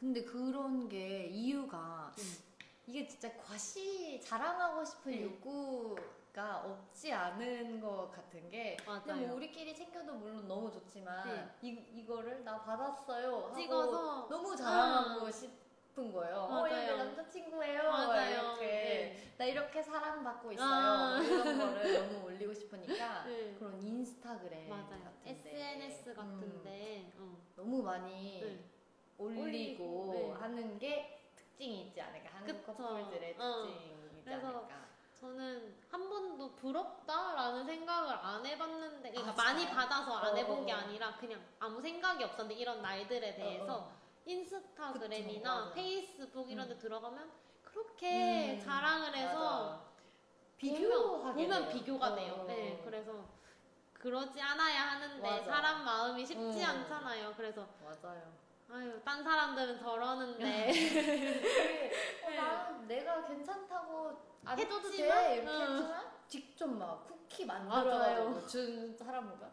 근데 그런 게 이유가 이게 진짜 과시 자랑하고 싶은 네. 욕구가 없지 않은 것 같은 게 그냥 뭐 맞아요. 우리끼리 챙겨도 물론 너무 좋지만 네. 이, 이거를 나 받았어요 하고 찍어서 너무 자랑하고 싶은 거예요. 어, 맞아요. 얘내 남자친구예요. 뭐 맞아요. 이렇게 네. 나 이렇게 사랑받고 있어요. 뭐 아. 이런 거를 너무 올리고 싶으니까 네. 그런 인스타그램 맞아요. 같은데 SNS 같은데 어. 음, 너무 많이 네. 올리고, 올리고, 네. 하는 게 특징이 있지 않을까 한국 그쵸. 커플들의 어. 특징이지 그래서 않을까 저는 한 번도 부럽다라는 생각을 안 해봤는데 그러니까 아, 진짜요? 많이 받아서 안 어, 해본 게 어. 아니라 그냥 아무 생각이 없었는데 이런 날들에 대해서 어, 인스타그램이나 그쵸, 맞아요. 페이스북 이런 데 들어가면 그렇게 음, 자랑을 해서 맞아. 비교하게 보면, 보면 돼요. 비교가 어, 돼요. 어, 네, 어. 그래서 그러지 않아야 하는데 맞아. 사람 마음이 쉽지 음. 않잖아요. 그래서 맞아요. 아유, 딴 사람들은 저러는데 네. 어, 난 내가 괜찮다고 안 해도 해도 돼 되나? 이렇게 응. 했지만 직접 막 쿠키 맞아요. 만들어가지고 준 사람보다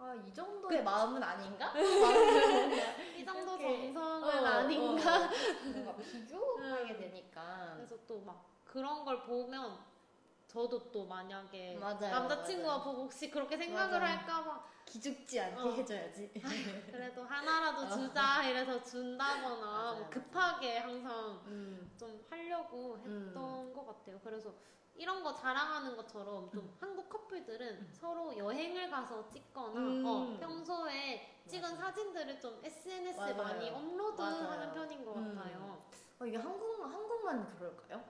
아이 정도의 마음은 아닌가? 마음은 이 정도 이렇게. 어, 정성은 아닌가. 뭔가 비교하게 응. 되니까 그래서 또 막 그런 걸 보면 저도 또 만약에 맞아요, 남자친구가 맞아요. 보고 혹시 그렇게 생각을 맞아요. 할까봐 기죽지 않게 어. 해줘야지. 그래도 하나라도 주자 이래서 준다거나 어. 맞아요, 뭐 급하게 항상 음. 좀 하려고 했던 것 같아요. 그래서 이런 거 자랑하는 것처럼 좀 음. 한국 커플들은 서로 여행을 가서 찍거나 음. 어, 평소에 찍은 맞아요. 사진들을 좀 SNS에 맞아요. 많이 업로드하는 맞아요. 편인 것 음. 같아요. 어, 이게 한국 한국만 그럴까요?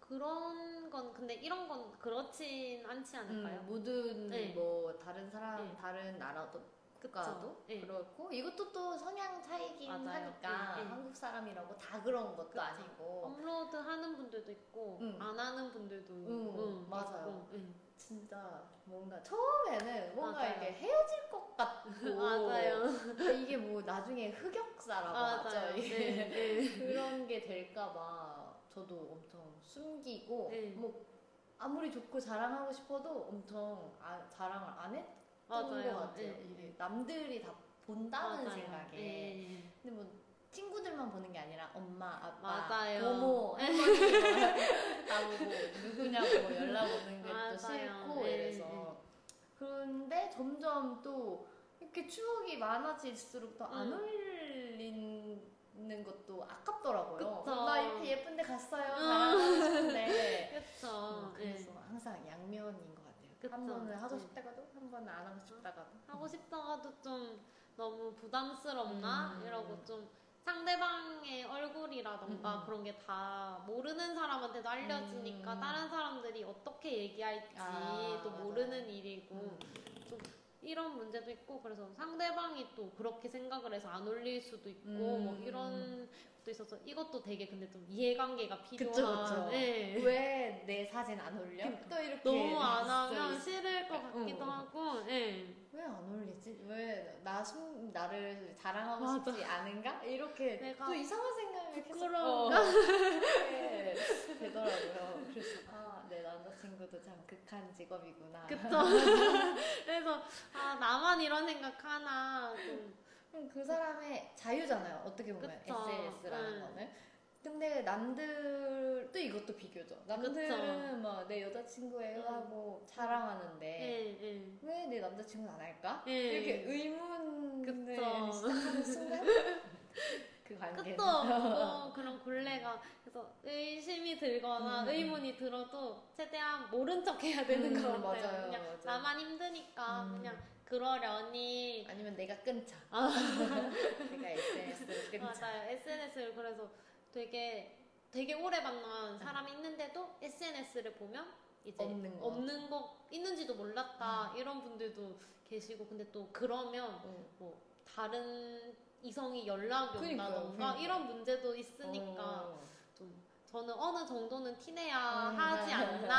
그런 건 근데 이런 건 그렇진 않지 않을까요? 음, 모든 네. 뭐 다른 사람 네. 다른 나라도 국가도 네. 그렇고 이것도 또 성향 차이긴 맞아요. 하니까 네, 네. 한국 사람이라고 다 그런 것도 그쵸. 어. 아니고 업로드 하는 분들도 있고 음. 안 하는 분들도 음, 맞아요. 있고, 음. 진짜 뭔가 처음에는 뭔가 맞아요. 이게 헤어질 것 같고 맞아요. 근데 이게 뭐 나중에 흑역사라고 맞아요. 하죠 이게 네, 네. 그런 게 될까봐 저도 엄청 숨기고 네. 뭐 아무리 좋고 자랑하고 싶어도 엄청 아- 자랑을 안 했던 맞아요. 것 같아요 네, 이게 네. 남들이 다 본다는 맞아요. 생각에 네. 근데 뭐 친구들만 보는 게 아니라 엄마, 아빠, 맞아요. 고모, 할머니 나보고 누구냐고 뭐 연락 오는 게 맞아요. 또 싫고 네, 이래서 그런데 점점 또 이렇게 추억이 많아질수록 더 안 음. 어울리는 것도 아깝더라고요. 그쵸. 나 이렇게 예쁜데 갔어요. 음. 자랑하고 싶은데 그쵸. 어, 그래서 예. 항상 양면인 것 같아요. 그쵸. 한 번은 하고 음. 싶다가도 한 번은 안 하고 싶다가도 하고 싶다가도 좀 너무 부담스럽나? 음. 이러고 좀 상대방의 얼굴이라던가 음. 그런 게 다 모르는 사람한테도 알려지니까 음. 다른 사람들이 어떻게 얘기할지 아, 또 맞아요. 모르는 일이고 음. 이런 문제도 있고 그래서 상대방이 또 그렇게 생각을 해서 안 올릴 수도 있고 음. 뭐 이런 것도 있어서 이것도 되게 근데 좀 이해관계가 그쵸, 필요한 그쵸. 예. 왜 내 사진 안 올려? 또 이렇게 너무 안 있어, 하면 있어. 싫을 것 같기도 응. 하고 예. 왜 안 올리지? 왜나 숨, 나를 자랑하고 맞아. 싶지 않은가? 이렇게 내가 또 이상한 생각이 계속 부끄러운가? 어, 그렇게 되더라고요. 그래서 아, 내 남자친구도 참 극한 직업이구나. 그쵸. 그래서 아 나만 이런 생각하나 좀 그럼 그 사람의 자유잖아요. 어떻게 보면 그쵸. SNS라는 음. 거는. 근데 남들 또 이것도 비교죠. 남들은 막 내 여자친구예요 음. 하고 자랑하는데 예예 왜 내 남자친구는 안 할까? 예. 이렇게 의문을 그쵸. 시작하는 순간 그 관계는 끝도 없고 그런 굴레가 그래서 의심이 들거나 음. 의문이 들어도 최대한 모른 척 해야 되는 음, 것 같아요. 맞아요, 그냥 맞아요. 나만 힘드니까 음. 그냥 그러려니 아니면 내가 끊자. 아. 내가 SNS를 끊자. 맞아요. SNS를 그래서 되게 되게 오래 만난 사람이 있는데도 SNS를 보면 이제 음. 없는 거. 음. 없는 거 있는지도 몰랐다 이런 분들도 계시고 근데 또 그러면 어. 뭐 다른 이성이 연락이 그러니까요, 온다던가 그러니까요. 이런 문제도 있으니까 어. 좀 저는 어느 정도는 티내야 음, 하지 맞아요. 않나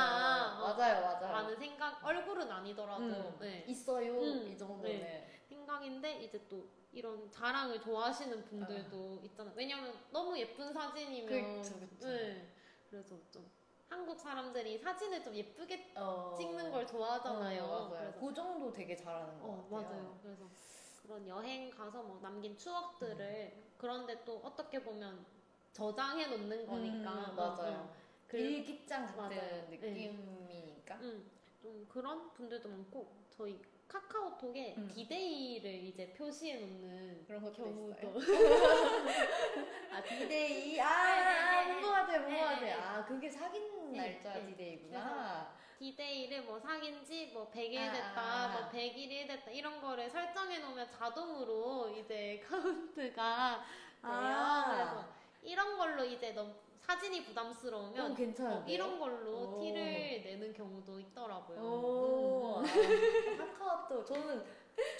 맞아요, 맞아요. 라는 생각 얼굴은 아니더라도 음, 네, 있어요 음, 이 정도는. 생각인데 이제 또 이런 자랑을 좋아하시는 분들도 있잖아. 왜냐면 너무 예쁜 사진이면 그쵸, 그쵸. 네. 그래서 좀 한국 사람들이 사진을 좀 예쁘게 어. 찍는 걸 좋아하잖아요. 어, 맞아요. 그래서 그 정도 되게 잘하는 것 어, 같아요. 맞아요. 그래서 그런 여행 가서 뭐 남긴 추억들을 그런데 또 어떻게 보면 저장해 놓는 거니까 음. 음, 맞아요. 그, 일기장 같은 그러니까. 맞아요. 느낌이니까. 음, 좀 그런 분들도 많고 저희 카카오톡에 음. 디데이를 이제 표시해 놓는 그런 것도 있어요. 경우도 아 디데이 네, 아 네, 네. 뭔거 같아 뭔거 네, 네, 같아 아 그게 사귄 네, 날짜 네. 디데이구나 디데이를 뭐 사귄 지뭐 100일 아, 됐다, 아, 아. 뭐 101일 됐다 이런 거를 설정해 놓으면 자동으로 이제 카운트가 돼요. 그래서 이런 걸로 이제 너무 사진이 오 부담스러우면 어, 괜찮은데 이런 걸로 오. 티를 내는 경우도 있더라고요. 오 음. 아, 카카오톡 저는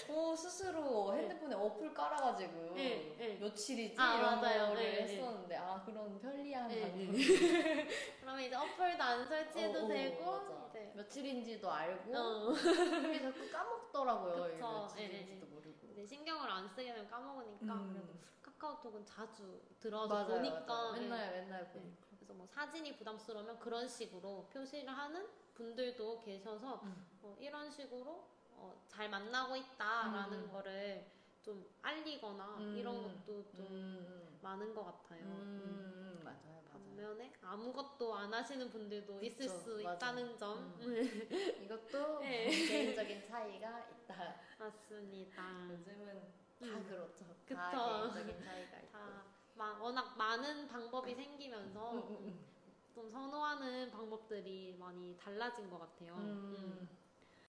저 스스로 네. 핸드폰에 어플 깔아가지고 네, 네. 며칠이지 아, 이런 맞아요. 거를 네, 네. 했었는데 아 그런 편리한 네, 방법 그러면 이제 어플도 안 설치해도 어, 어, 되고 맞아. 이제 며칠인지도 알고 어, 근데 자꾸 까먹더라고요 이게 그쵸. 네, 네, 며칠인지도 모르고 이제 신경을 안 쓰게 되면 까먹으니까 그래도 음. 카카오톡은 자주 들어서 맞아요, 보니까 맞아요. 네. 맨날 맨날 보니까 그래서 뭐 사진이 부담스러우면 그런 식으로 표시를 하는 분들도 계셔서 음. 뭐 이런 식으로 어, 잘 만나고 있다라는 음. 거를 좀 알리거나 음. 이런 것도 좀 음. 많은 것 같아요. 음. 음, 맞아요, 맞아요. 반면에 아무것도 안 하시는 분들도 있을 그쵸, 수 맞아요. 음. 있다는 점 음. 이것도 네. 개인적인 차이가 있다. 맞습니다. 요즘은 다 음. 그렇죠. 다 그쵸. 개인적인 차이가 있고. 다 막 워낙 많은 방법이 생기면서 음, 음, 좀 선호하는 방법들이 많이 달라진 것 같아요. 음. 음.